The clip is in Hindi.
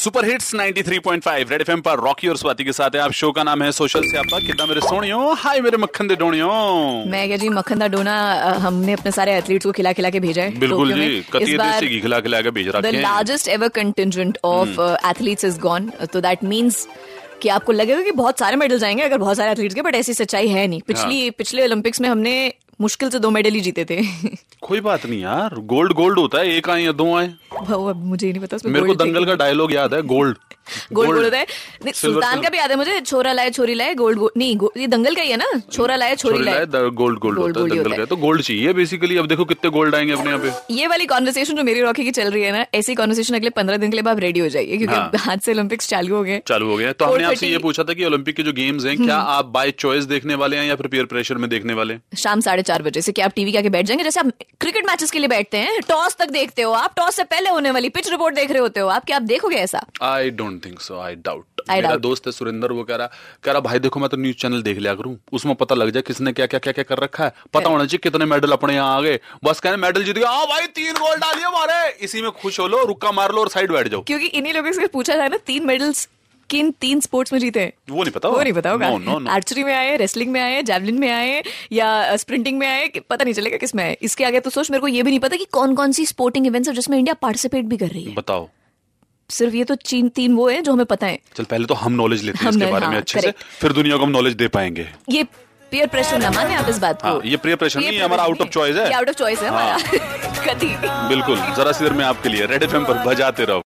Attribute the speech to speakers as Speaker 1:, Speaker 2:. Speaker 1: सुपर हिट्स 93.5 रेड एफएम पर रॉकी और स्वाति के साथ है आप शो का नाम है सोशल से आपका कितना मेरे सोनियो हाय मेरे मक्खन दे डोनियो
Speaker 2: मैं क्या जी मक्खन दा डोना अ, हमने अपने सारे एथलीट्स को खिला खिला के भेजा है
Speaker 1: बिल्कुल
Speaker 2: टोक्यो
Speaker 1: जी
Speaker 2: में। इस
Speaker 1: कतिये
Speaker 2: बार
Speaker 1: देसी घी खिला खिला के भेज
Speaker 2: द
Speaker 1: रखे हैं hmm.
Speaker 2: Largest ever contingent of athletes is gone तो दैट मीन्स कि आपको लगेगा कि बहुत सारे मेडल जाएंगे अगर बहुत सारे एथलीट्स के बट ऐसी सच्चाई है नहीं पिछली
Speaker 1: हाँ।
Speaker 2: पिछले ओलंपिक्स में हमने मुश्किल से दो मेडल ही जीते थे
Speaker 1: कोई बात नहीं यार गोल्ड गोल्ड होता है एक आए या दो आए
Speaker 2: वो अब मुझे ही नहीं पता उसमें
Speaker 1: मेरे को
Speaker 2: gold
Speaker 1: दंगल का डायलॉग याद है गोल्ड
Speaker 2: गोल्ड गोल्ड होता है नहीं,
Speaker 1: Silver,
Speaker 2: सुल्तान का
Speaker 1: silver.
Speaker 2: भी याद है मुझे छोरा लाए छोरी लाए गोल्ड गोल्ड नहीं गो- ये दंगल का ही है ना छोरा लाए छोरी लाए
Speaker 1: गोल्ड गोल्ड
Speaker 2: Gold,
Speaker 1: होता है
Speaker 2: gold ही
Speaker 1: दंगल
Speaker 2: होता
Speaker 1: का
Speaker 2: है।
Speaker 1: तो गोल्ड चाहिए बेसिकली अब देखो कितने गोल्ड आएंगे अपने यहाँ पे
Speaker 2: ये वाली कॉन्वर्सेशन जो मेरी रॉकी की चल रही है ना ऐसी कॉन्वर्सेशन अगले पंद्रह दिन के लिए आप रेडी हो जाइए क्योंकि
Speaker 1: हाँ।
Speaker 2: अब हाथ से ओलंपिक्स चालू हो गए
Speaker 1: चालू हो गया तो हमने आपसे
Speaker 2: 4:30
Speaker 1: ये पूछा था कि ओलंपिक के जो गेम्स हैं क्या
Speaker 2: हम्म।
Speaker 1: आप बाय चॉइस देखने वाले हैं या फिर peer प्रेशर में देखने वाले हैं?
Speaker 2: शाम साढ़े चार बजे से कि आप टीवी के आके बैठ जाएंगे जैसे आप क्रिकेट मैचेस के लिए बैठते हैं टॉस तक देखते हो आप टॉस से पहले होने वाली पिच रिपोर्ट देख रहे होते हो आप क्या आप देखोगे ऐसा
Speaker 1: I don't think so I doubt
Speaker 2: I
Speaker 1: मेरा
Speaker 2: doubt.
Speaker 1: दोस्त है सुरेंद्र वो कह रहा कह रहा भाई देखो मैं तो न्यूज चैनल देख लिया करूं उसमें पता लग जाए किसने क्या क्या क्या क्या कर रखा है पता होना चाहिए कितने मेडल अपने यहाँ आ गए बस कहने मेडल जीत गया हाँ भाई तीन गोल्ड डालिए हमारे इसी में खुश हो लो रुक्का मार लो और साइड बैठ जाओ
Speaker 2: क्योंकि इन्हीं लोगों से पूछा था ना तीन मेडल्स किन तीन स्पोर्ट्स में जीते हैं
Speaker 1: वो नहीं पता
Speaker 2: वो नहीं पता
Speaker 1: नो नो
Speaker 2: होगा
Speaker 1: नो
Speaker 2: आर्चरी में आए रेसलिंग में आए जैवलिन में आए या स्प्रिंटिंग में आए कि पता नहीं चलेगा किसमें आए इसके आगे तो सोच मेरे को ये भी नहीं पता कि कौन कौन सी स्पोर्टिंग इवेंट्स है जिसमें इंडिया पार्टिसिपेट भी कर रही है
Speaker 1: बताओ
Speaker 2: सिर्फ ये तो चीन तीन वो है जो हमें पता है
Speaker 1: चल पहले तो हम नॉलेज लेते हैं
Speaker 2: हम
Speaker 1: इसके
Speaker 2: knowledge-
Speaker 1: बारे में
Speaker 2: हाँ,
Speaker 1: अच्छे से
Speaker 2: correct.
Speaker 1: फिर दुनिया को हम नॉलेज दे पाएंगे
Speaker 2: ये पेयर प्रेशर ना माने आप इस बात को
Speaker 1: हाँ, ये peer pressure नहीं, ये हमारा
Speaker 2: pressure
Speaker 1: out of choice है।
Speaker 2: ये आउट ऑफ चॉइस है
Speaker 1: हाँ।
Speaker 2: हमारा कति
Speaker 1: बिल्कुल जरा सी देर में आपके लिए रेड एफ पर बजाते रहो